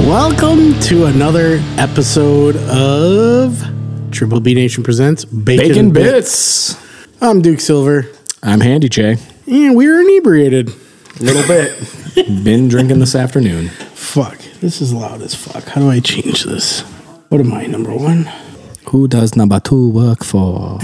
Welcome to another episode of Triple B Nation Presents Bacon, Bacon Bits. bits. I'm Duke Silver, I'm Handy Jay. and we're inebriated. A little bit. Been drinking this afternoon. Fuck, this is loud as fuck. How do I change this? What am I, number one? Who does number two work for?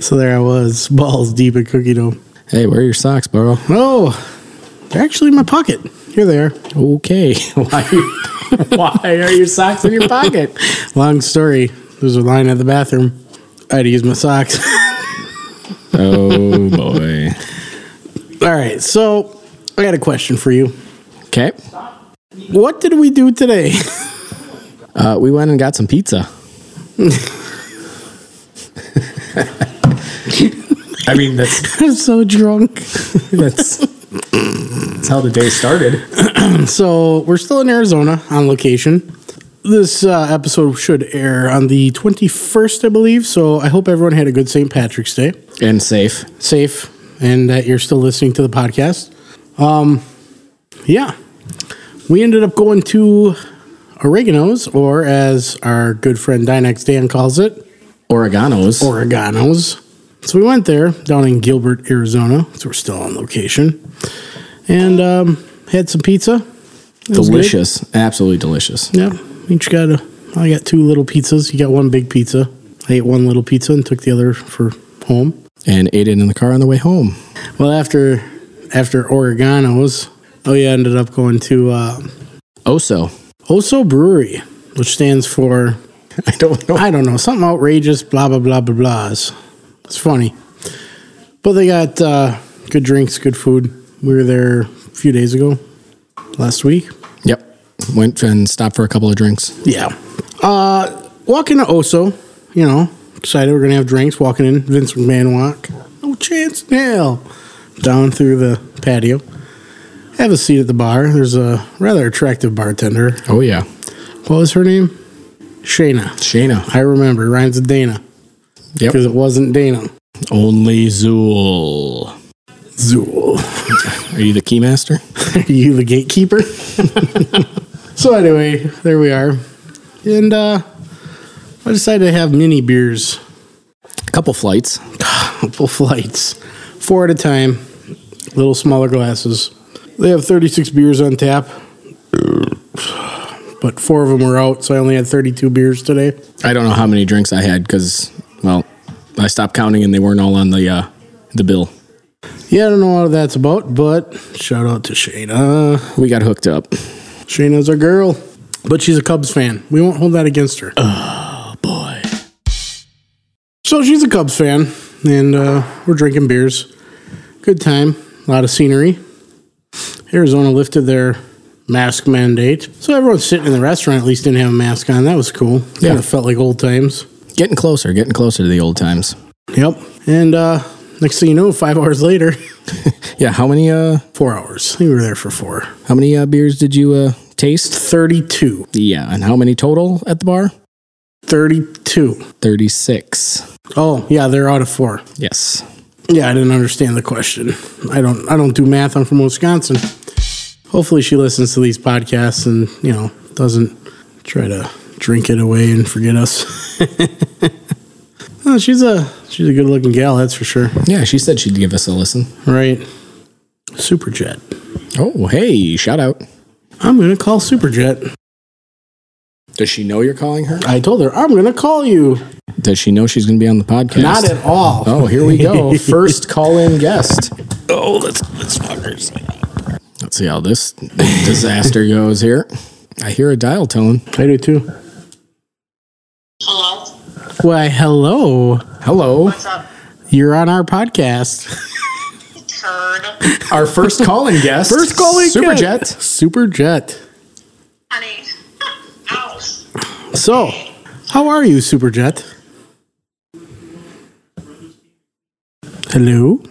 So there I was, balls deep in cookie dough. hey, where are your socks, bro? Oh, they're actually in my pocket. Here they are. Okay. Why are, you, why are your socks in your pocket? Long story. There's a line at the bathroom. I had to use my socks. Oh, boy. All right, so I got a question for you. Okay. What did we do today? Uh, we went and got some pizza. I mean, that's, I'm so drunk. that's, that's how the day started. So we're still in Arizona on location. This uh, episode should air on the 21st, I believe. So I hope everyone had a good St. Patrick's Day, And safe. safe, and that you're still listening to the podcast. Um, yeah, we ended up going to Oregano's, or as our good friend Dynex Dan calls it, Oreganos. Oregano's. So we went there down in Gilbert, Arizona. So we're still on location, and um, had some pizza. It was good. delicious. Absolutely delicious. Yeah, each got a. I got two little pizzas. You got one big pizza. I ate one little pizza and took the other for home. And ate it in the car on the way home. Well, after after Oregano's, we ended up going to uh, Oso. Oso Brewery, which stands for I don't know. I don't know something outrageous. Blah blah blah blah blahs. It's funny, but they got uh, good drinks, good food. We were there a few days ago, last week. Yep. Went and stopped for a couple of drinks. Yeah. Uh, walking to Oso, you know, excited we're gonna have drinks. Walking in, Vince McMahon walk. No chance in hell. Down through the patio. Have a seat at the bar. There's a rather attractive bartender. Oh yeah, What was her name? Shayna. Shayna. I remember. Rhymes with Dana Yep. because it wasn't Dana. Only Zool. Zool. Are you the keymaster? Are you the gatekeeper? so anyway, there we are. And uh, I decided to have mini beers A couple flights. couple flights, four at a time, little smaller glasses. They have 36 beers on tap, but four of them were out, so I only had 32 beers today. I don't know how many drinks I had because, well, I stopped counting and they weren't all on the uh, the bill. Yeah, I don't know what that's about, but shout out to Shayna. We got hooked up. Shayna's our girl, but she's a Cubs fan. We won't hold that against her. Oh, Boy. So she's a Cubs fan, and uh, we're drinking beers. Good time, a lot of scenery. Arizona lifted their mask mandate, so everyone sitting in the restaurant at least didn't have a mask on. That was cool. Yeah. Kind of felt like old times. Getting closer, getting closer to the old times. Yep. And uh, next thing you know, five hours later, Yeah. How many uh four hours. We were there for four. how many uh, beers did you uh taste? 32. Yeah. And how many total at the bar? 32. Thirty six. Oh, yeah, they're out of four. Yes. Yeah, I didn't understand the question. I don't I don't do math. I'm from Wisconsin. Hopefully she listens to these podcasts and, you know, doesn't try to drink it away and forget us. Oh, she's a she's a good-looking gal, that's for sure. Yeah. She said she'd give us a listen. Right. Superjet. Oh hey, shout out. I'm going to call Superjet. Does she know you're calling her? I told her I'm going to call you. Does she know she's going to be on the podcast? Not at all. Oh, here we go. First call-in guest. Oh, that's that's fuckers. Let's see how this disaster goes here. I hear a dial tone. I do too. Hello. Why, hello. Hello. What's up, You're on our podcast. turd? Our first call-in guest. First calling Superjet. Superjet. Honey. Ow. So, how are you, Superjet? Hello.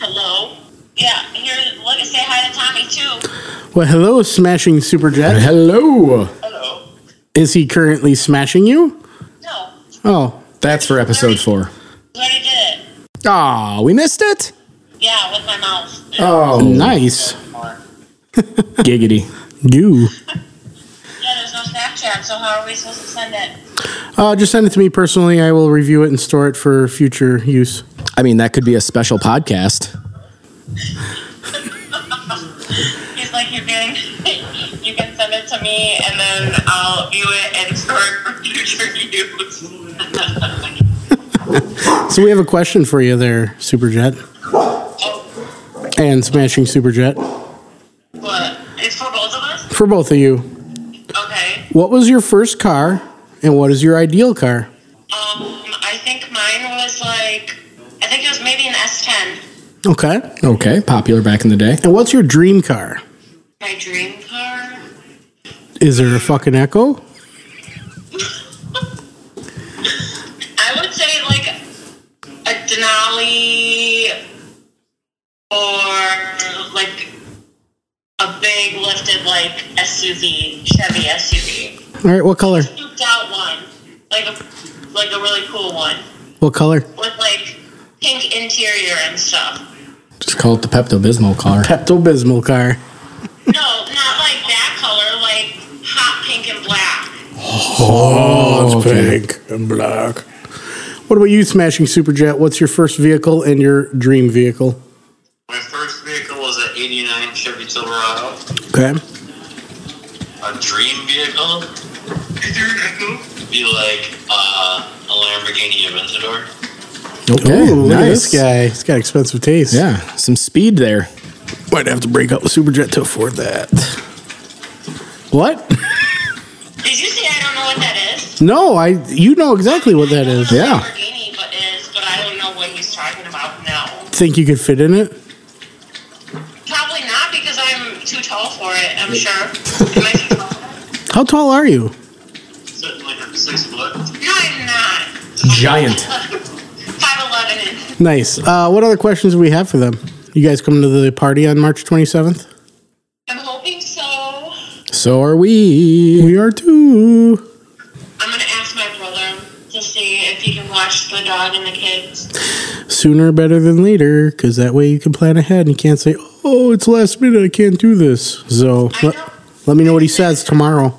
Hello. Yeah. Here. Look. Say hi to Tommy too. Well, hello, smashing Superjet. Hello. Hello. Is he currently smashing you? No. Oh, That's for episode four. You already did it. Ah, we missed it. Yeah, with my mouth. Oh, nice. Or- giggity. You. on, so how are we supposed to send it? Uh, just send it to me personally. I will review it and store it for future use. I mean, that could be a special podcast. He's like, you can, you can send it to me, and then I'll view it and store it for future use. So we have a question for you there, Superjet oh, and Smashing Superjet. what? It's for both of us? For both of you, Okay. what was your first car and what is your ideal car? Um, I think mine was like, I think it was maybe an S10. Okay. Okay, popular back in the day. And what's your dream car? My dream car? Is there a fucking Echo? I would say like a Denali or like a big lifted like SUV, Chevy SUV. All right, what color? Souped out one, like a like a really cool one What color? with like pink interior and stuff. Just call it the Pepto Bismol car. Pepto Bismol car. No, not like that color, like hot pink and black. Oh, it's pink and black. What about you, Smashing Superjet? What's your first vehicle and your dream vehicle? My first vehicle was an 89 Chevy Silverado. Okay. A dream vehicle would be like uh, a Lamborghini Aventador. Okay, Ooh, look at nice this guy. He's got expensive taste. Yeah, some speed there. Might have to break up with Superjet to afford that. What? Did you say I don't know what that is? No, I. You know exactly what that is. I I know Yeah. what a Lamborghini but is, but I don't know what he's talking about now. Think you could fit in it? Probably not because I'm too tall for it. I'm sure. Am I too tall? How tall are you? Something like a six foot. No, I'm not. Giant. Five eleven. Nice. Uh, what other questions do we have for them? You guys coming to the party on March 27th? I'm hoping so. I'm So are we. We are too. gonna ask my brother to see if he can watch the dog and the kids. Sooner better than later, because that way you can plan ahead and you can't say, oh, it's last minute, I can't do this. So I let, know. let me know what he says tomorrow.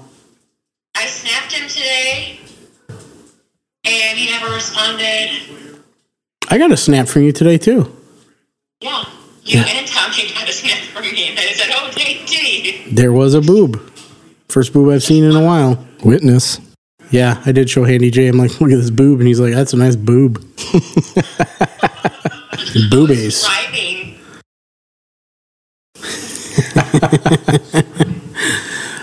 I snapped him today, and he never responded. I got a snap from you today, too. Yeah. You and Tommy got a snap from me, and I said, "Oh, dang, gee." There was a boob. First boob I've seen in a while. Witness. Yeah, I did show Handy J. I'm like, look at this boob. And he's like, that's a nice boob. Boobies. Driving.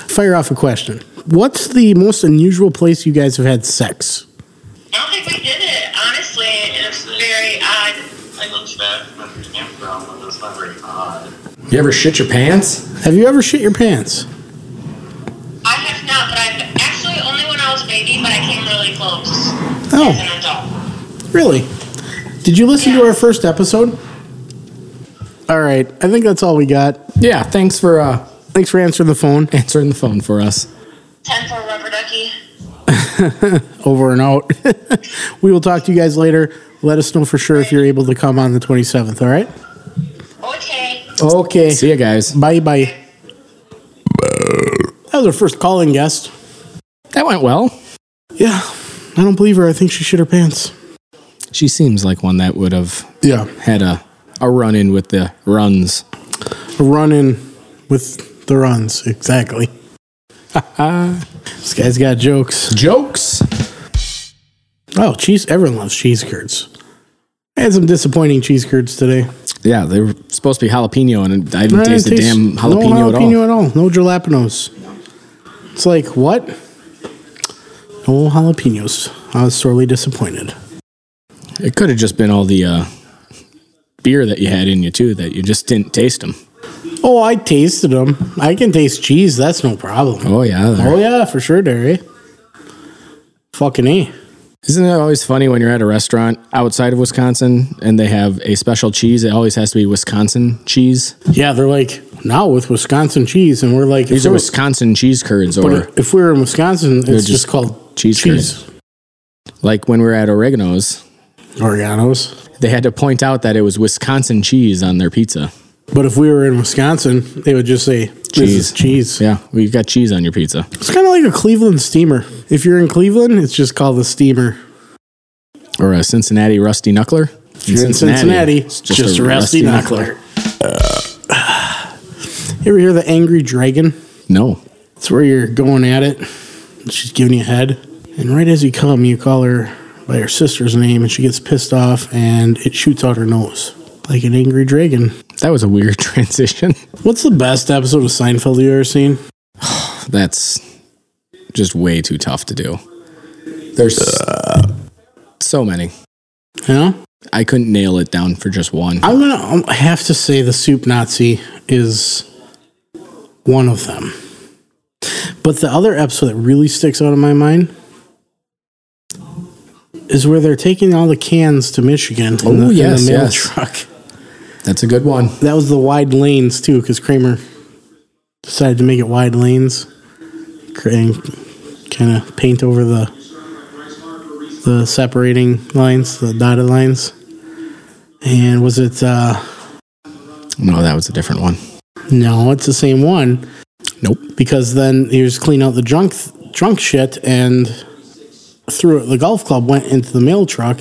Fire off a question. What's the most unusual place you guys have had sex? I don't think we did it, honestly. and It's very odd. I looked back from the campground, but that's not very odd. You ever shit your pants? Have you ever shit your pants? I have not, but I've actually only when I was a baby, but I came really close as an Oh, adult. really? Did you listen to our first episode? All right, I think that's all we got. Yeah, thanks for uh, Thanks for answering the phone. answering the phone for us. Ten for a rubber ducky. Over and out. we will talk to you guys later. Let us know for sure if you're able to come on the 27th, all right? Okay. Okay. See you guys. Bye bye. That was our first calling guest. That went well. Yeah, I don't believe her. I think she shit her pants. She seems like one that would have Yeah. had a, a run in with the runs. Running with the runs. Exactly. this guy's got jokes. Jokes. Oh, cheese. Everyone loves cheese curds. I had some disappointing cheese curds today. Yeah, they were supposed to be jalapeno, and I I didn't didn't taste a taste- damn jalapeno, no at all. jalapeno at all. No jalapenos. It's like, what? No jalapenos. I was sorely disappointed. It could have just been all the uh, beer that you had in you too that you just didn't taste them. Oh, I tasted them. I can taste cheese. That's no problem. Oh yeah, they're- Oh yeah, for sure, Derry. Fucking a. Isn't it always funny when you're at a restaurant outside of Wisconsin and they have a special cheese? It always has to be Wisconsin cheese. Yeah, they're like now with Wisconsin cheese, and we're like, These if, are we're, Wisconsin cheese curds, or if we're in Wisconsin, it's just, just called cheese like when we were at Oregano's, Oreganos. they had to point out that it was Wisconsin cheese on their pizza. But if we were in Wisconsin, they would just say This is Cheese. cheese. Yeah, well, you got cheese on your pizza. It's kind of like a Cleveland steamer. If you're in Cleveland, it's just called the steamer. Or a Cincinnati Rusty Knuckler. In You're in Cincinnati, it's just, a rusty, knuckler. You ever hear the angry dragon? No. It's where you're going at it. and She's giving you a head. And right as you come, you call her by her sister's name, and she gets pissed off and it shoots out her nose like an angry dragon. That was a weird transition. What's the best episode of Seinfeld you ever seen? That's just way too tough to do. There's so many. Yeah? I couldn't nail it down for just one. I'm going to have to say the Soup Nazi is one of them. But the other episode that really sticks out in my mind is where they're taking all the cans to Michigan in the, Oh, in the yes, mail yes. truck. That's a good one. That was the wide lanes too, because Kramer decided to make it wide lanes and kind of paint over the the separating lines, the dotted lines. And was it? uh No, that was a different one. No, it's the same one Nope. because then he was cleaning out the junk junk shit and threw it. The golf club went into the mail truck,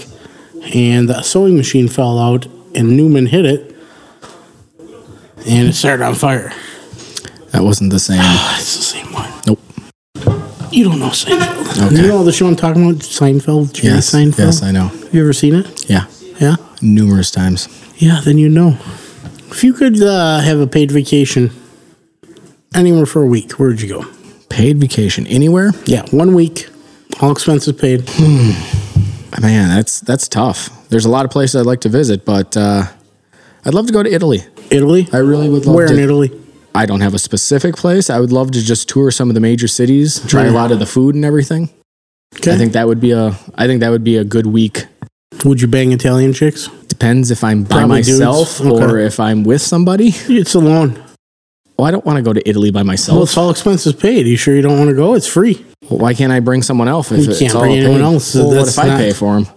and the sewing machine fell out, and Newman hit it, and it started on fire. That wasn't the same. It's the same one. Nope. You don't know Seinfeld. Okay. You know the show I'm talking about, Seinfeld. Jerry Yes. Seinfeld. Yes, I know. Have you ever seen it? Yeah. Yeah. Numerous times. Yeah. Then you know. If you could uh, have a paid vacation anywhere for a week, where would you go? Paid vacation anywhere? Yeah, one week, all expenses paid. Man, that's that's tough. There's a lot of places I'd like to visit, but uh, I'd love to go to Italy. Italy. I really would love Where to. in Italy? I don't have a specific place. I would love to just tour some of the major cities, try a lot of the food and everything. Okay. I think that would be a I think that would be a good week. Would you bang Italian chicks? Depends if I'm by Probably dudes. myself or Okay. if I'm with somebody. It's a loan. Well, I don't want to go to Italy by Well, myself. it's all expenses paid. You sure you don't want to go? It's free. Why can't I bring someone else? If You it's can't all bring anyone paid? else. Well, what That's if I not- pay for them?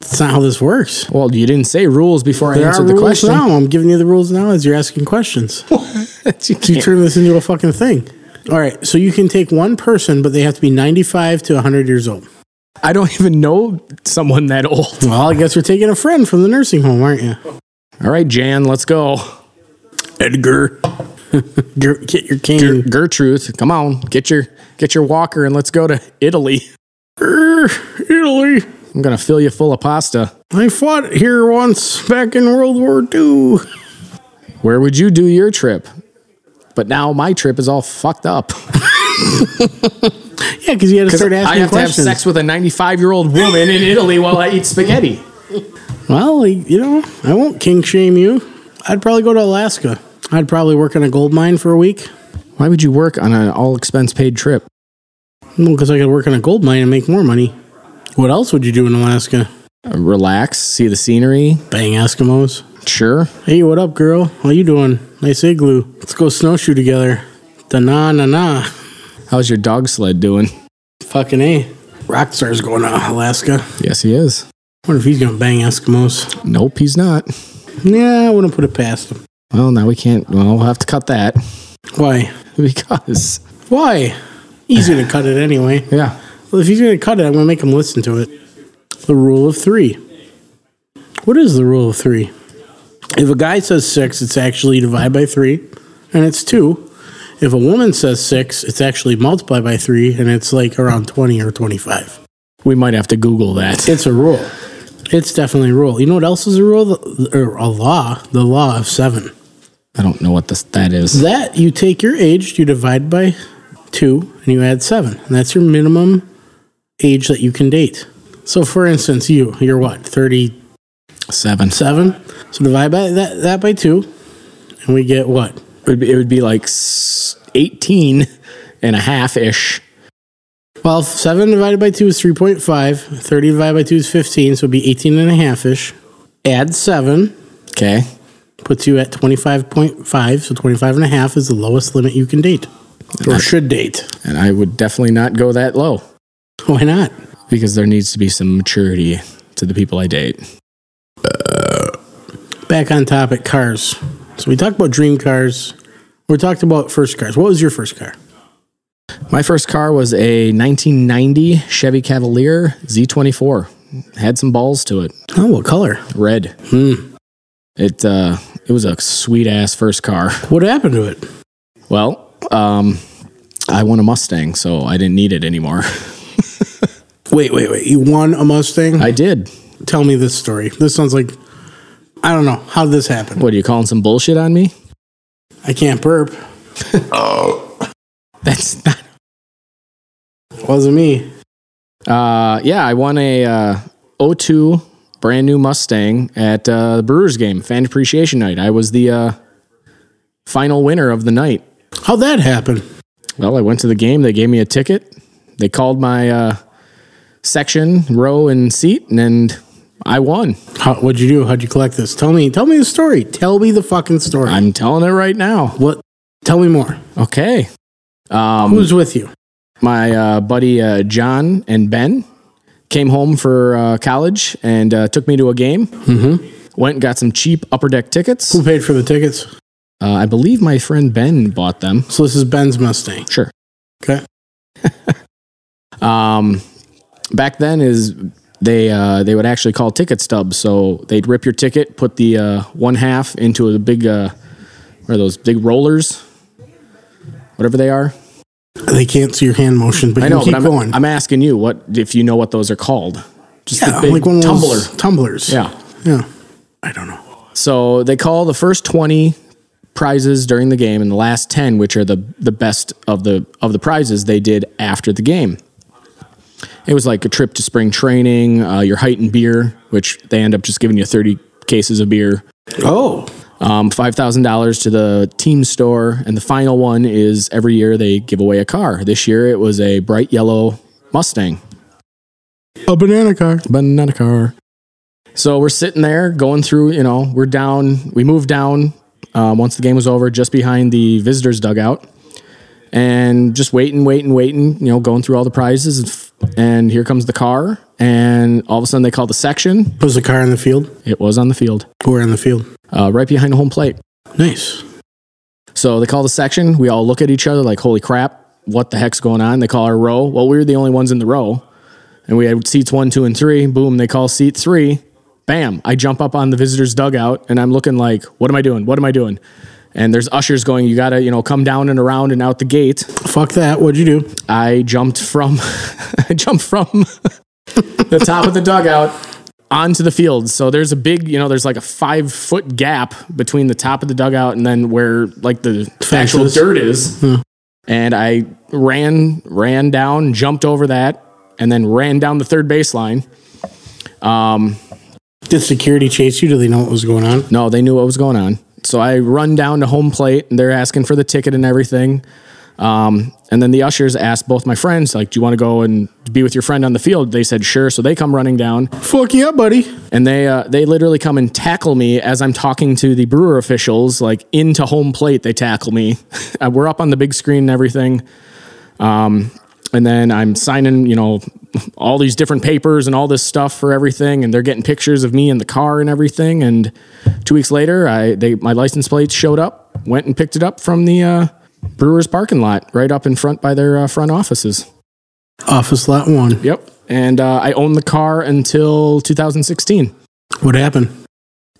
That's not how this works. Well, you didn't say rules before I There are answered the rules question. now. I'm giving you the rules now as you're asking questions. You You can't- turn this into a fucking thing. All right, so you can take one person, but they have to be 95 to 100 years old. I don't even know someone that old. Well, I guess you're taking a friend from the nursing home, aren't you? All right, Jan, let's go. Edgar. Ger- Get your cane. Ger- Gertrude, come on, get your get your walker and let's go to Italy. Grr, Italy. I'm gonna fill you full of pasta. I fought here once back in World War II. Where would you do your trip? But now my trip is all fucked up. Yeah, because you had to start asking I have questions. to have sex with a 95 year old woman in Italy while I eat spaghetti. Well, like, you know, I won't kink shame you. I'd probably go to Alaska. I'd probably work on a gold mine for a week. Why would you work on an all expense paid trip? Because I could work on a gold mine and make more money. What else would you do in Alaska? Uh, Relax, see the scenery. Bang Eskimos. Sure. Hey, what up, girl? How you doing? Nice igloo. Let's go snowshoe together. Da na na na. How's your dog sled doing? Fucking A. Rockstar's going to Alaska. Yes, he is. Wonder if he's going to bang Eskimos. Nope, he's not. Yeah, I wouldn't put it past him. Well, now we can't. Well, we'll have to cut that Why? because Why? He's going to cut it anyway. yeah, Well, if he's going to cut it, I'm going to make him listen to it. The rule of three. What is the rule of three? If a guy says six, it's actually divide by three, and it's two. If a woman says six, it's actually multiply by three, and it's like around 20 or 25. we might have to Google that. It's a rule. It's definitely a rule. You know what else is a rule? The- Or a law. The law of seven. I don't know what this that is. That you take your age, you divide by two, and you add seven. And that's your minimum age that you can date. So, for instance, you you're what thirty Seven. seven. So divide by that that by two, and we get what It would be, it would be like s- 18 and a half ish. Well, 7 divided by 2 is 3.5. 30 divided by 2 is 15, so it'd be 18 and a half ish. Add 7 Okay. puts you at 25.5, so 25 and a half is the lowest limit you can date or should date. And I would definitely not go that low Why not? because there needs to be some maturity to the people I date. Back on topic cars. So we talked about dream cars, We talked about first cars. What was your first car? My first car was a 1990 Chevy Cavalier Z24. Had some balls to it. Oh, what color? Red. Hmm. It uh, it was a sweet ass first car. What happened to it? Well, um, I won a Mustang, so I didn't need it anymore. Wait, wait, wait. You won a Mustang? I did. Tell me this story. This sounds like I don't know. How did this happen? What are you calling some bullshit on me? I can't burp. That's not. Wasn't me. Uh, yeah, I won a uh, 02 brand new Mustang at uh, the Brewers game, fan appreciation night. I was the uh, final winner of the night. How'd that happen? Well, I went to the game. They gave me a ticket. They called my uh, section, row, and seat, and, and I won. How, what'd you do? How'd you collect this? Tell me. Tell me the story. Tell me the fucking story. I'm telling it right now. what? Tell me more. Okay. Um, Who's with you? my uh, buddy uh, John and Ben came home for uh, college and uh, took me to a game. Mm-hmm. Went and got some cheap upper deck tickets. Uh, Who paid for the tickets? I believe my friend Ben bought them. So this is Ben's Mustang. Sure. Okay. Um, back then is they uh, they would actually call ticket stubs. So they'd rip your ticket, put the uh, one half into a big uh, what are those big rollers, whatever they are. They can't see your hand motion, but I you know, keep but I'm, going. I'm asking you what if you know what those are called. Just yeah, the big like one of tumbler. those tumblers. Yeah. Yeah. I don't know. So they call the first 20 prizes during the game and the last 10 which are the the best of the of the prizes they did after the game. It was like a trip to spring training, uh, your height and beer, which they end up just giving you 30 cases of beer. Oh. Um, $5,000 to the team store. And the final one is every year they give away a car. This year it was a bright yellow Mustang. A banana car. banana car. So we're sitting there going through, you know, we're down, we moved down um, once the game was over, just behind the visitors' dugout, and just waiting, waiting, waiting, you know, going through all the prizes. And, f- and here comes the car, and all of a sudden they call the section. Was the car in the field? It was on the field, Or in the field? uh, right behind home plate. Nice. So they call the section. We all look at each other like, holy crap, what the heck's going on? They call our row. Well, we were the only ones in the row. And we had seats one, two, and three. Boom, they call seat three. Bam, I jump up on the visitor's dugout and I'm looking like, what am I doing? What am I doing? And there's ushers going, you got to, you know, come down and around and out the gate. Fuck that. What'd you do? I jumped from, I jumped from the top of the dugout onto the field. So there's a big, you know, there's like a five foot gap between the top of the dugout and then where like the actual Fences. dirt is. And I ran, ran down, jumped over that, and then ran down the third baseline. Did security chase you? Do they know what was going on? No, they knew what was going on. So I run down to home plate and they're asking for the ticket and everything. Um, and then the ushers asked both my friends, like, do you want to go and be with your friend on the field? They said, sure. So they come running down Fuck yeah, buddy. and they, uh, they literally come and tackle me as I'm talking to the brewer officials, like into home plate. They tackle me. Uh, We're up on the big screen and everything. Um, and then I'm signing, you know, all these different papers and all this stuff for everything. And they're getting pictures of me in the car and everything. And two weeks later, I they my license plates showed up, went and picked it up from the uh, brewer's parking lot right up in front by their uh, front offices. Office lot one. Yep. And uh, I owned the car until 2016. What happened?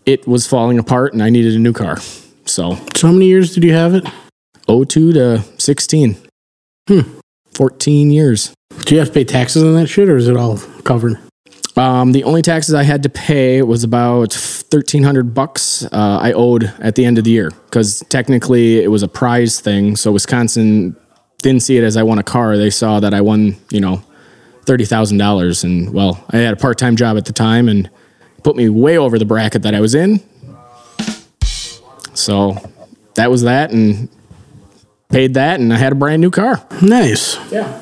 It was falling apart and I needed a new car. So So how many years did you have it? 02 to 16. Hmm. 14 years. Do you have to pay taxes on that shit or is it all covered? Um, the only taxes I had to pay was about thirteen hundred bucks uh, I owed at the end of the year because technically it was a prize thing. So Wisconsin didn't see it as I won a car; they saw that I won, you know, thirty thousand dollars. And well, I had a part-time job at the time and put me way over the bracket that I was in. So that was that, and paid that, and I had a brand new car. Nice. Yeah.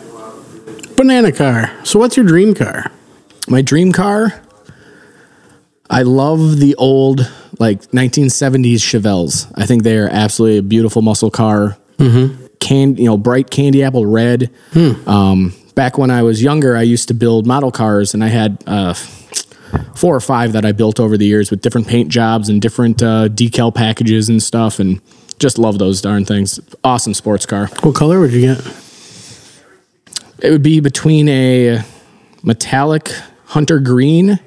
Banana car. So what's your dream car? My dream car. I love the old like 1970s Chevelles. I think they are absolutely a beautiful muscle car. Mm-hmm. Can you know bright candy apple red. Um, back when I was younger, I used to build model cars, and I had uh, four or five that I built over the years with different paint jobs and different uh, decal packages and stuff. And Just love those darn things. Awesome sports car. What color would you get? It would be between a metallic hunter green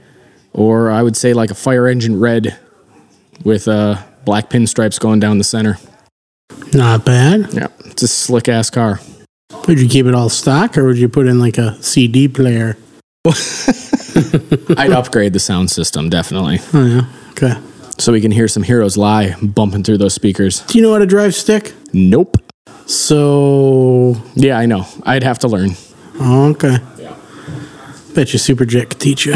or I would say like a fire engine red with uh, black pinstripes going down the center. Not bad. Yeah, it's a slick ass car. Would you keep it all stock or would you put in like a CD player? I'd upgrade the sound system definitely Oh, yeah. Okay. so we can hear some heroes lie bumping through those speakers. Do you know how to drive stick? Nope. So, Yeah, I know. I'd have to learn. oh, okay. Bet you Super Jet could teach you.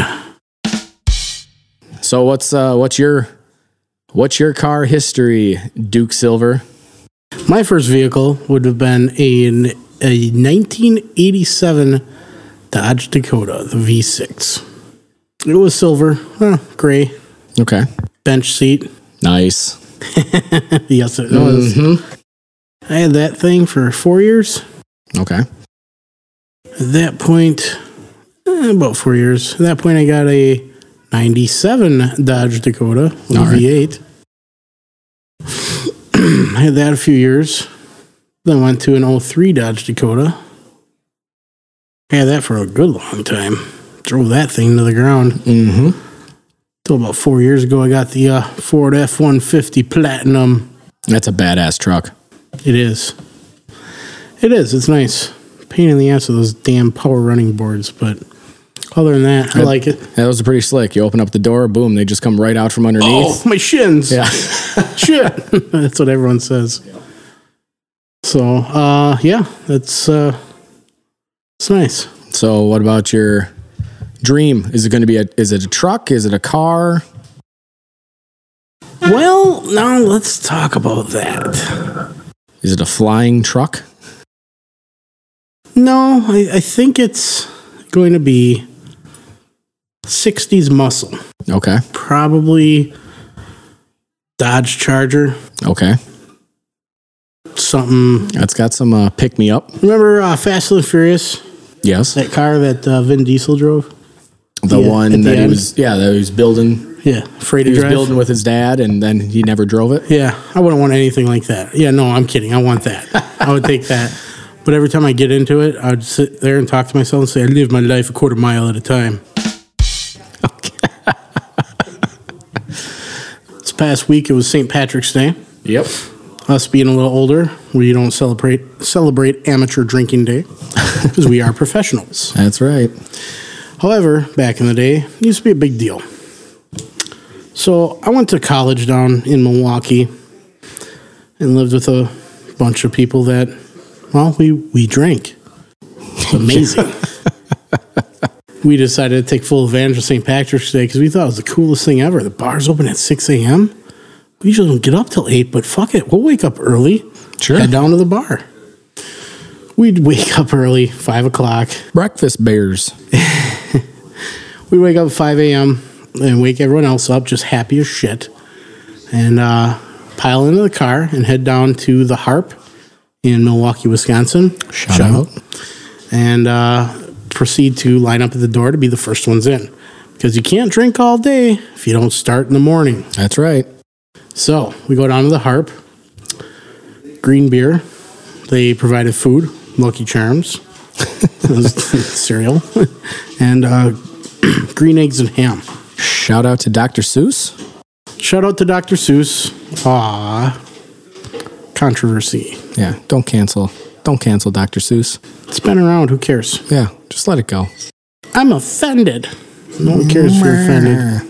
So what's uh what's your what's your car history, Duke Silver? My first vehicle would have been an, a 1987 Dodge Dakota, the V6. It was silver, huh, gray, Okay. bench seat. Nice. Mm-hmm. Yes, it was. I had that thing for four years. Okay. At that point, eh, about four years. At that point, I got a 97 Dodge Dakota with All a right. V8. I had that a few years. Then went to an 03 Dodge Dakota. I had that for a good long time. Drove that thing to the ground. Mm-hmm. Till about four years ago, I got the uh, Ford F 150 Platinum. That's a badass truck. It is. It is. It's nice. Pain in the ass with those damn power running boards, but other than that, I like it. Yeah, those are pretty slick. You open up the door, boom, they just come right out from Oh, underneath. my shins. Yeah. Shit. that's what everyone says. So, uh, yeah, that's uh, it's nice. So what about your dream? Is it gonna be a is it a truck? Is it a car? Well, now let's talk about that. Is it a flying truck? No, I, I think it's going to be 60s muscle. Okay. Probably Dodge Charger, Okay. something That's got some uh, pick me up. Remember uh, Fast and the Furious? Yes. That car that uh, Vin Diesel drove? The yeah, one at the that he end. was yeah, that he was building Yeah, afraid to he was drive. building with his dad and then he never drove it. Yeah, I wouldn't want anything like that. Yeah, no, I'm kidding. I want that. I would take that. But every time I get into it, I would sit there and talk to myself and say, I live my life a quarter mile at a time. This past week, it was St. Patrick's Day. Yep. Us being a little older, we don't celebrate celebrate amateur drinking day because we are professionals. That's right. However, back in the day, it used to be a big deal. So I went to college down in Milwaukee and lived with a bunch of people that, well, we, we drank. It's amazing. we decided to take full advantage of St. Patrick's Day because we thought it was the coolest thing ever. The bar's open at 6 a.m. We usually don't get up till 8, but fuck it. We'll wake up early, Sure. head down to the bar. We'd wake up early, 5 o'clock, uh, Breakfast bears. we wake up at 5 a.m. and wake everyone else up, just happy as shit, and uh, pile into the car and head down to the Harp in Milwaukee, Wisconsin. Shout out. And uh, proceed to line up at the door to be the first ones in. Because you can't drink all day if you don't start in the morning. That's right. So we go down to the Harp, green beer. They provided food, Lucky Charms, cereal, and uh, green eggs and ham. Shout out to Dr. Seuss. Shout out to Dr. Seuss. Ah, controversy. Yeah, don't cancel. Don't cancel Dr. Seuss. It's been around. Who cares? Yeah, just let it go. I'm offended. No one cares if you're offended. Uh-huh.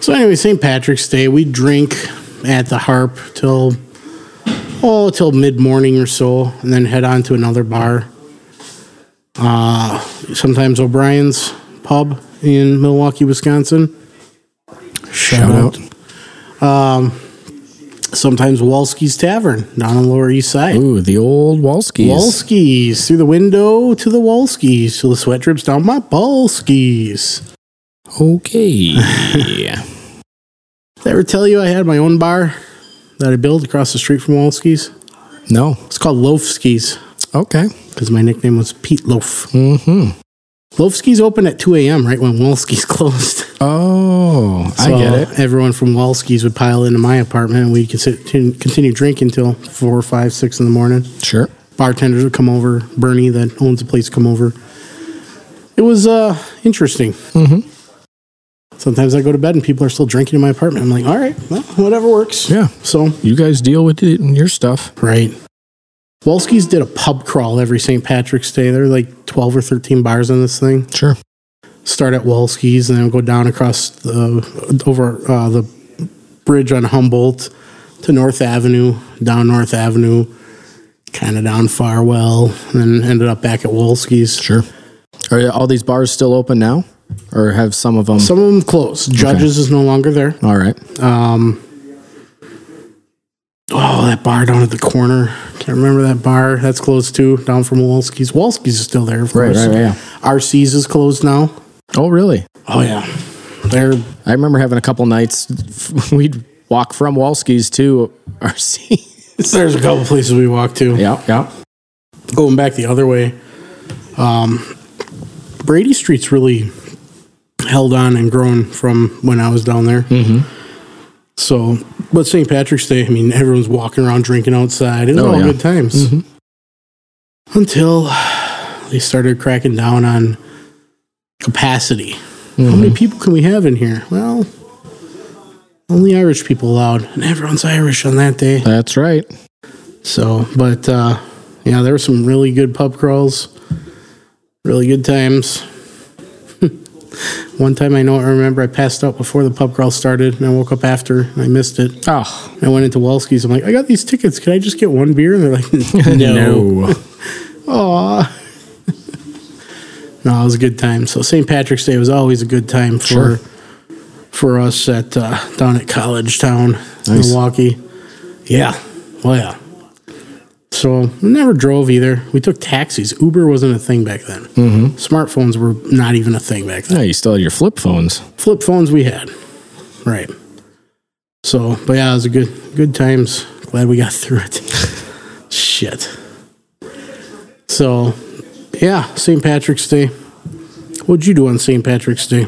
So anyway, St. Patrick's Day, we drink at the Harp till oh till mid morning or so, and then head on to another bar. Uh, sometimes O'Brien's Pub in Milwaukee, Wisconsin. Shout out. Um, Sometimes Walski's Tavern down on the Lower East Side. Ooh, the old Walskies. Walskis through the window to the Walskis till the sweat drips down my Balskis. Okay. Did I ever tell you I had my own bar that I built across the street from Walskis? no. It's called Loafskis Okay. because my nickname was Pete Loaf. Mm-hmm. Lofsky's open at 2 a.m. right when Wolski's closed. Oh, I So get it. Everyone from Wolski's would pile into my apartment and we'd consi- continue drinking until 4, 5, 6 in the morning. Sure. bartenders would come over. Bernie, that owns the place, come over. It was uh, interesting. Mm-hmm. Sometimes I go to bed and people are still drinking in my apartment. I'm like, all right, well, whatever works. Yeah. So You guys deal with it and your stuff. right. Wolski's did a pub crawl every St. Patrick's Day. There were like 12 or 13 bars on this thing. Sure. Start at Wolski's and then go down across the over uh, the bridge on Humboldt to North Avenue, down North Avenue, kind of down Farwell, and then ended up back at Wolski's. Sure. Are all these bars still open now, or have some of them? Some of them closed. Judges is no longer there. all right. Um, Oh, that bar down at the corner. Can't remember that bar. That's closed too, down from Wolski's. Wolski's is still there, of course. right, yeah. RC's is closed now. Oh, really? Oh, yeah. They're, I remember having a couple nights. We'd walk from Walski's to RC. there's a couple places we walk to. yeah, yeah. Going back the other way, um, Brady Street's really held on and grown from when I was down there. Mm-hmm. So, but St. Patrick's Day, I mean, everyone's walking around drinking outside. It was Oh, all yeah. good times. Until they started cracking down on capacity. How Mm-hmm. many people can we have in here? Well, only Irish people allowed, and everyone's Irish on that day. That's right. So, but uh, yeah, there were some really good pub crawls, really good times. One time I know I remember I passed out before the pub crawl started and I woke up after and I missed it. Oh, I went into Walski's. I'm like, I got these tickets. Can I just get one beer? And they're like, no. Aw. no, it was a good time. So St. Patrick's Day was always a good time for Sure. for us at uh, down at College Town, Nice. Milwaukee. Yeah. Well, yeah. So never drove either. We took taxis. Uber wasn't a thing back then. Mm-hmm. Smartphones were not even a thing back then Yeah, you still have your flip phones. flip phones we had. Right. So, but yeah, it was a good good times. Glad we got through it. Shit. So, yeah, St. Patrick's Day. What'd you do on St. Patrick's Day?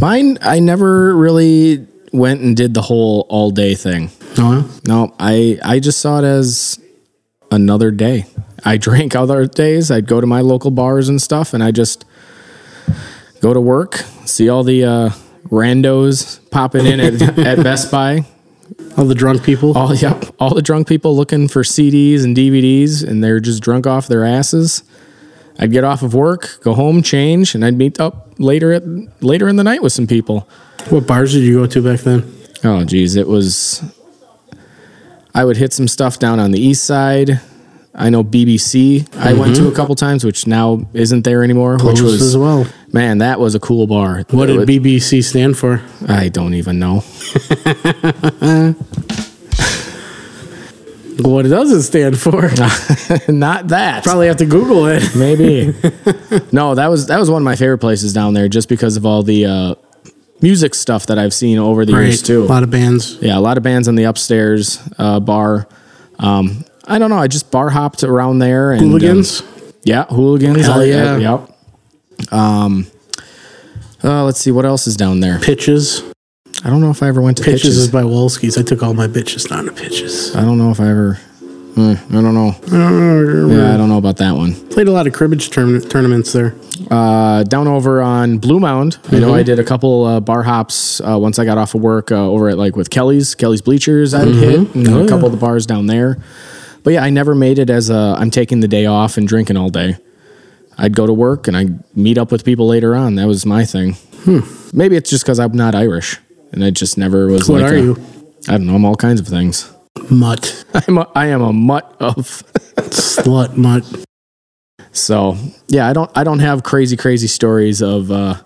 mine. I never really went and did the whole all day thing. No, No, I I just saw it as another day. I drank other days. I'd go to my local bars and stuff, and I just go to work, see all the uh, randos popping in at, at Best Buy. all the drunk people. All yep, all the drunk people looking for CDs and DVDs, and they're just drunk off their asses. I'd get off of work, go home, change, and I'd meet up later at later in the night with some people. What bars did you go to back then? Oh, geez. It was. I would hit some stuff down on the east side. I know BBC I went to a couple times, which now isn't there anymore. Closed which was Mm-hmm. as well. man, that was a cool bar. What It did was- BBC stand for? I don't even know. What it doesn't stand for. Not that. Probably have to Google it. maybe. no, that was that was one of my favorite places down there, just because of all the uh, music stuff that I've seen over the years A too. lot of bands. Yeah, a lot of bands on the upstairs uh, bar. Um, I don't know. I just bar hopped around there. And, um, Hooligans. Yeah, hooligans. Hell I- I- yeah. yep. Um, uh, let's see what else is down there. Pitches. I don't know if I ever went to Pitches. pitches. is by Wolski's. I took all my bitches down to Pitches. I don't know if I ever. Hmm, I don't know. Yeah, I don't know about that one. Played a lot of cribbage tourna- tournaments there. Uh, down over on Blue Mound, I know I Mm-hmm. did a couple uh, bar hops uh, once I got off of work uh, over at like with Kelly's, Kelly's Bleachers. Mm-hmm. I would hit Oh, and a couple of the bars down there. But yeah, I never made it as a I'm taking the day off and drinking all day. I'd go to work and I'd meet up with people later on. That was my thing. Hmm. Maybe it's just because I'm not Irish and I just never was What like are a- you? I don't know. I'm all kinds of things. Mutt. I'm a, I am a mutt of. Slut mutt. So yeah, I don't I don't have crazy crazy stories of uh,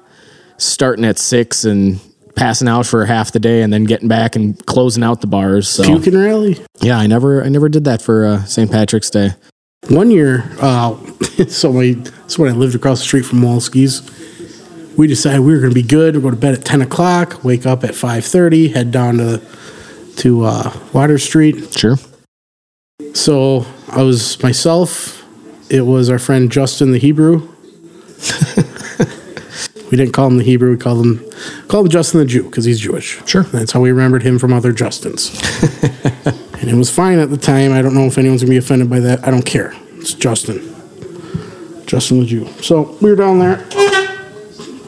starting at six and passing out for half the day and then getting back and closing out the bars. So Puke and rally. yeah, I never I never did that for uh, St. Patrick's Day. One year, uh, so my so when I lived across the street from Wolski's, we decided we were going to be good. We'll go to bed at ten o'clock, wake up at five thirty, head down to to uh, Water Street. Sure. So I was myself. It was our friend Justin the Hebrew. We didn't call him the Hebrew. We called him called him Justin the Jew because he's Jewish. Sure. that's how we remembered him from other Justins. and it was fine at the time. I don't know if anyone's gonna be offended by that. I don't care. It's Justin. Justin the Jew. So we were down there.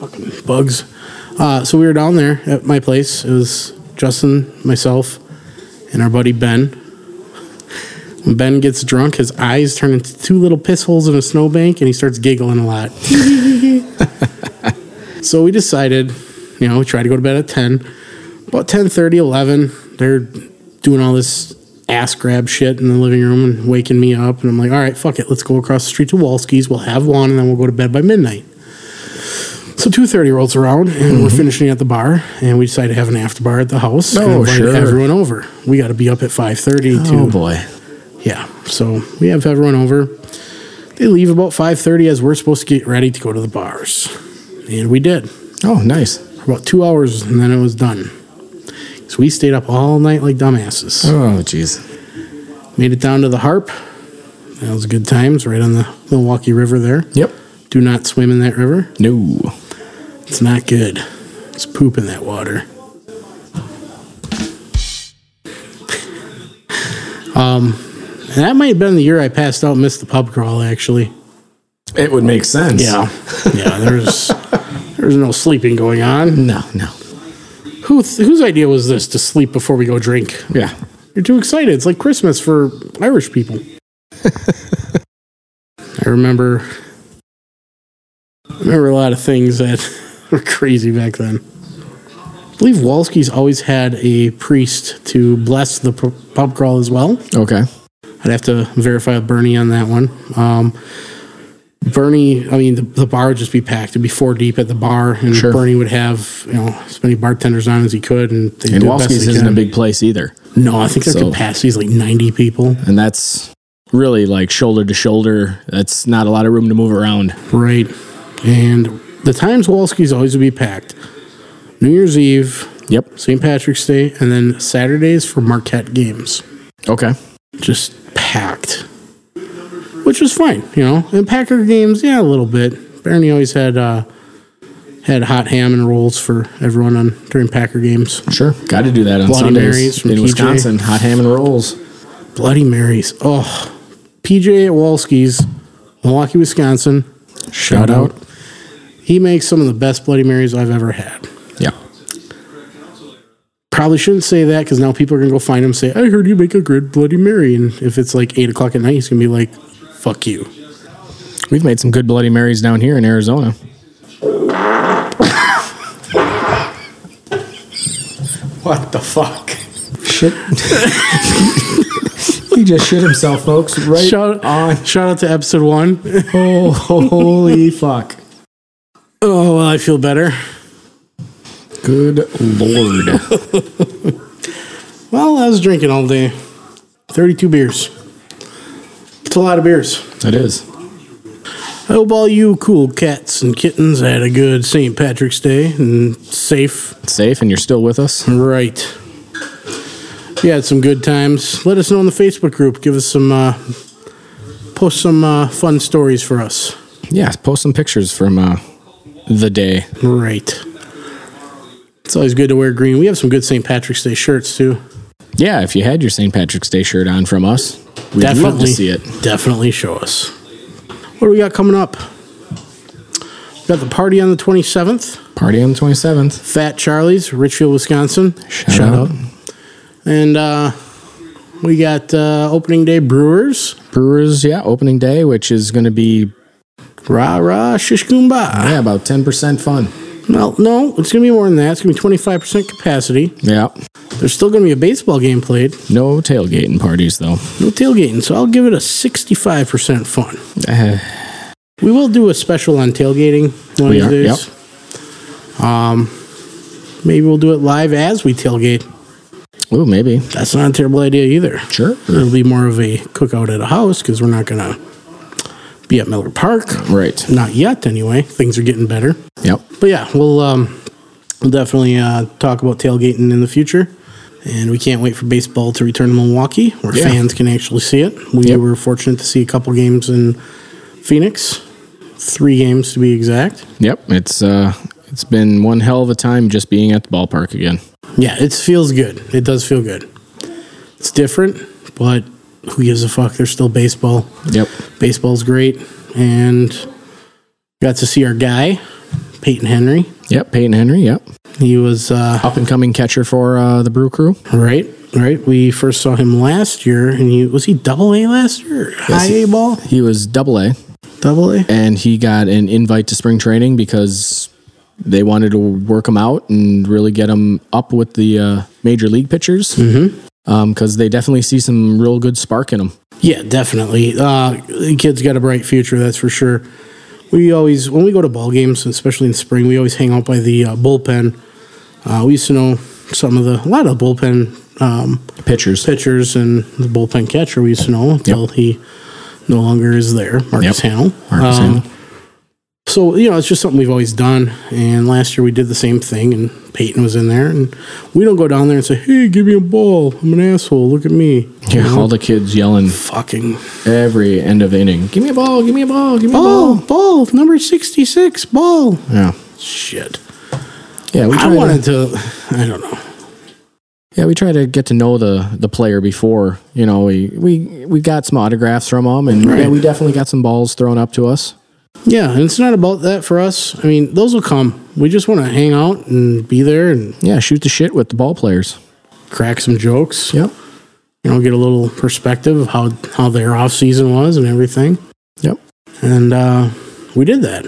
Fucking bugs. Uh, so we were down there at my place. It was Justin, myself, and our buddy Ben. When Ben gets drunk, his eyes turn into two little piss holes in a snowbank, and he starts giggling a lot. so we decided, you know, we tried to go to bed at 10. About 10, 11, they're doing all this ass grab shit in the living room and waking me up. And I'm like, all right, fuck it. Let's go across the street to Walski's. We'll have one, and then we'll go to bed by midnight. So 2.30 rolls around, and we're Mm-hmm. finishing at the bar, and we decide to have an after bar at the house. and Oh, invite sure. Everyone over. We got to be up at 5.30 to Oh, boy. yeah so we have everyone over they leave about 5.30 as we're supposed to get ready to go to the bars and we did Oh, nice. for about two hours and then it was done so we stayed up all night like dumbasses Oh, jeez. made it down to the harp that was good times right on the milwaukee river there Yep. do not swim in that river No. it's not good it's poop in that water um and that might have been the year i passed out and missed the pub crawl actually It would make sense. Yeah, yeah. There's there's no sleeping going on. No, no. Who whose idea was this to sleep before we go drink? Yeah. You're too excited. It's like Christmas for Irish people. I remember I remember a lot of things that were crazy back then. I believe Walski's always had a priest to bless the pu- pub crawl as well. Okay. I'd have to verify with Bernie on that one. Um, Bernie, I mean, the, the bar would just be packed. It'd be four deep at the bar, and Sure. Bernie would have you know as many bartenders on as he could, and they And Walski's isn't a big place either. No, I think their So- capacity is like ninety people. And that's really like shoulder to shoulder. That's not a lot of room to move around. Right. And the times Walski's always would be packed. New Year's Eve, Yep. St. Patrick's Day, and then Saturdays for Marquette games. Okay. Just packed. Which was fine, you know. And Packer games, yeah, a little bit. Bernie always had uh had hot ham and rolls for everyone on during Packer games. Sure. Got to do that on Bloody Sundays Marys from in TJ. Wisconsin. Hot ham and rolls. Bloody Marys. Oh. PJ at Walski's, Milwaukee, Wisconsin. Shout out. He makes some of the best Bloody Marys I've ever had. Yeah. probably shouldn't say that because now people are gonna go find him and say, I heard you make a good Bloody Mary. And if it's like eight o'clock at night, he's gonna be like, fuck you. We've made some good Bloody Marys down here in Arizona. What the fuck? Shit. he just shit himself, folks. Right Shout, shout out to episode one. Oh, holy fuck. Oh, well, I feel better. Good lord. Well, I was drinking all day 32 beers. It's a lot of beers. That is. I hope all you cool cats and kittens had a good St. Patrick's Day and safe It's safe and you're still with us. Right. We had some good times. Let us know in the Facebook group. Give us some, uh, post some uh, fun stories for us. Yeah, post some pictures from uh, the day. Right. It's always good to wear green. We have some good St. Patrick's Day shirts too. Yeah, if you had your St. Patrick's Day shirt on from us, we'd love to see it. Definitely show us. What do we got coming up? We got the party on the 27th. Party on the 27th. Fat Charlie's, Richfield, Wisconsin. Shout out. And uh, we got uh, opening day Brewers. Brewers, yeah, opening day, which is going to be Rah, rah, shish kumbah. yeah, about 10% fun. Well, no, it's going to be more than that. It's going to be 25% capacity. Yeah. There's still going to be a baseball game played, No tailgating parties, though. no tailgating. So I'll give it a 65% fun. Uh, We will do a special on tailgating one We of are, these days. Um, maybe we'll do it live as we tailgate. ooh, maybe. That's not a terrible idea either. Sure. It'll be more of a cookout at a house because we're not going to be at Miller Park. Right. Not yet, anyway. Things are getting better. Yep. But yeah, we'll um, we'll definitely uh, talk about tailgating in the future. And we can't wait for baseball to return to Milwaukee, where Yeah. fans can actually see it. We Yep. were fortunate to see a couple games in Phoenix. Three games to be exact. Yep, it's uh, it's been one hell of a time just being at the ballpark again. Yeah, it feels good. It does feel good. It's different, but who gives a fuck? There's still baseball. Yep. Baseball's great. And got to see our guy, Peyton Henry. Yep, Peyton Henry. Yep, He was uh, up and coming catcher for uh, the Brew Crew. right, right. We first saw him last year, and he was he double A last year, high A ball, He was Double A, double A. and he got an invite to spring training because they wanted to work him out and really get him up with the uh, major league pitchers. Mm-hmm. Because they definitely see some real good spark in him. Yeah, definitely. Uh, the kid's got a bright future, that's for sure. We always, when we go to ball games, especially in spring, we always hang out by the uh, bullpen. Uh, we used to know some of the, a lot of bullpen um, Pitchers. pitchers and the bullpen catcher we used to know until he no longer is there, Marcus Yep. Hamill. Marcus Um, Hamill. So, you know, it's just something we've always done. And last year we did the same thing, and Peyton was in there. And we don't go down there and say, hey, give me a ball. I'm an asshole. Look at me. You Yeah, know? all the kids yelling fucking every end of inning. Give me a ball! Give me a ball! Give me Ball, a ball! ball, number 66, ball. Oh. Yeah, Shit. yeah. We I try to, wanted to, I don't know. yeah, we try to get to know the the player before you know we we we got some autographs from them, and yeah, we definitely got some balls thrown up to us. Yeah, and it's not about that for us. I mean, those will come. We just want to hang out and be there and Yeah, shoot the shit with the ball players. crack some jokes. Yep, You know, get a little perspective of how, how their off season was and everything. yep. And uh, we did that.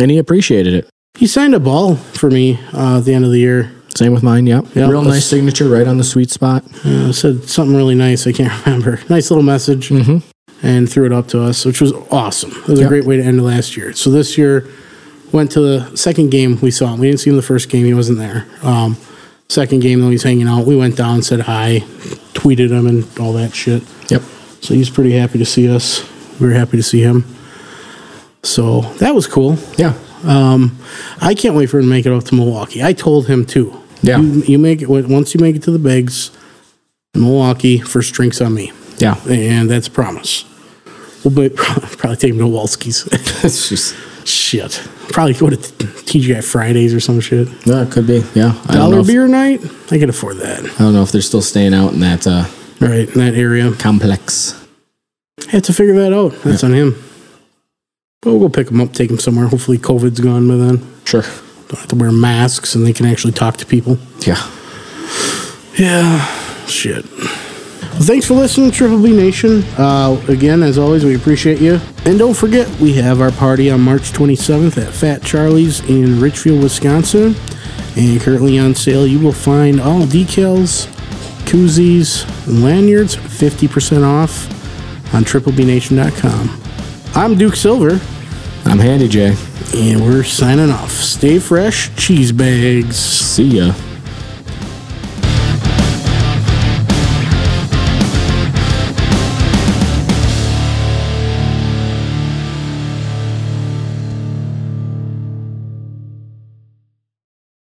And he appreciated it. He signed a ball for me uh, at the end of the year. Same with mine. Yep. Yeah, Real that's- nice signature right on the sweet spot. Uh, said something really nice. I can't remember. Nice little message. Mm-hmm. and threw it up to us, which was awesome. It was Yep. a great way to end last year. So this year, went to the second game. We saw him. We didn't see him the first game. He wasn't there. Um, second game, though, he's hanging out. We went down, said hi, tweeted him, and all that shit. Yep. So he's pretty happy to see us. We were happy to see him. So that was cool. Yeah. Um, I can't wait for him to make it up to Milwaukee. I told him too. Yeah. You, you make it once you make it to the bigs, Milwaukee first drinks on me Yeah. and that's a promise. We'll be, probably take him to Walski's. it's just shit. Probably go to TGI Fridays or some shit. yeah, it could be. Yeah. I don't know. Dollar If, beer night? I could afford that. I don't know if they're still staying out in that uh, Right, in that area. complex. I have to figure that out. That's on him. But we'll go pick him up, take him somewhere. Hopefully COVID's gone by then. Sure. Don't have to wear masks and they can actually talk to people. Yeah. Yeah. Shit. Well, thanks for listening, Triple B Nation. Uh, again, as always, we appreciate you. And don't forget, we have our party on March 27th at Fat Charlie's in Richfield, Wisconsin. And currently on sale, you will find all decals, koozies, and lanyards 50% off on triplebnation.com. I'm Duke Silver, I'm Handy Jay. and we're signing off. Stay fresh, cheese bags. See ya.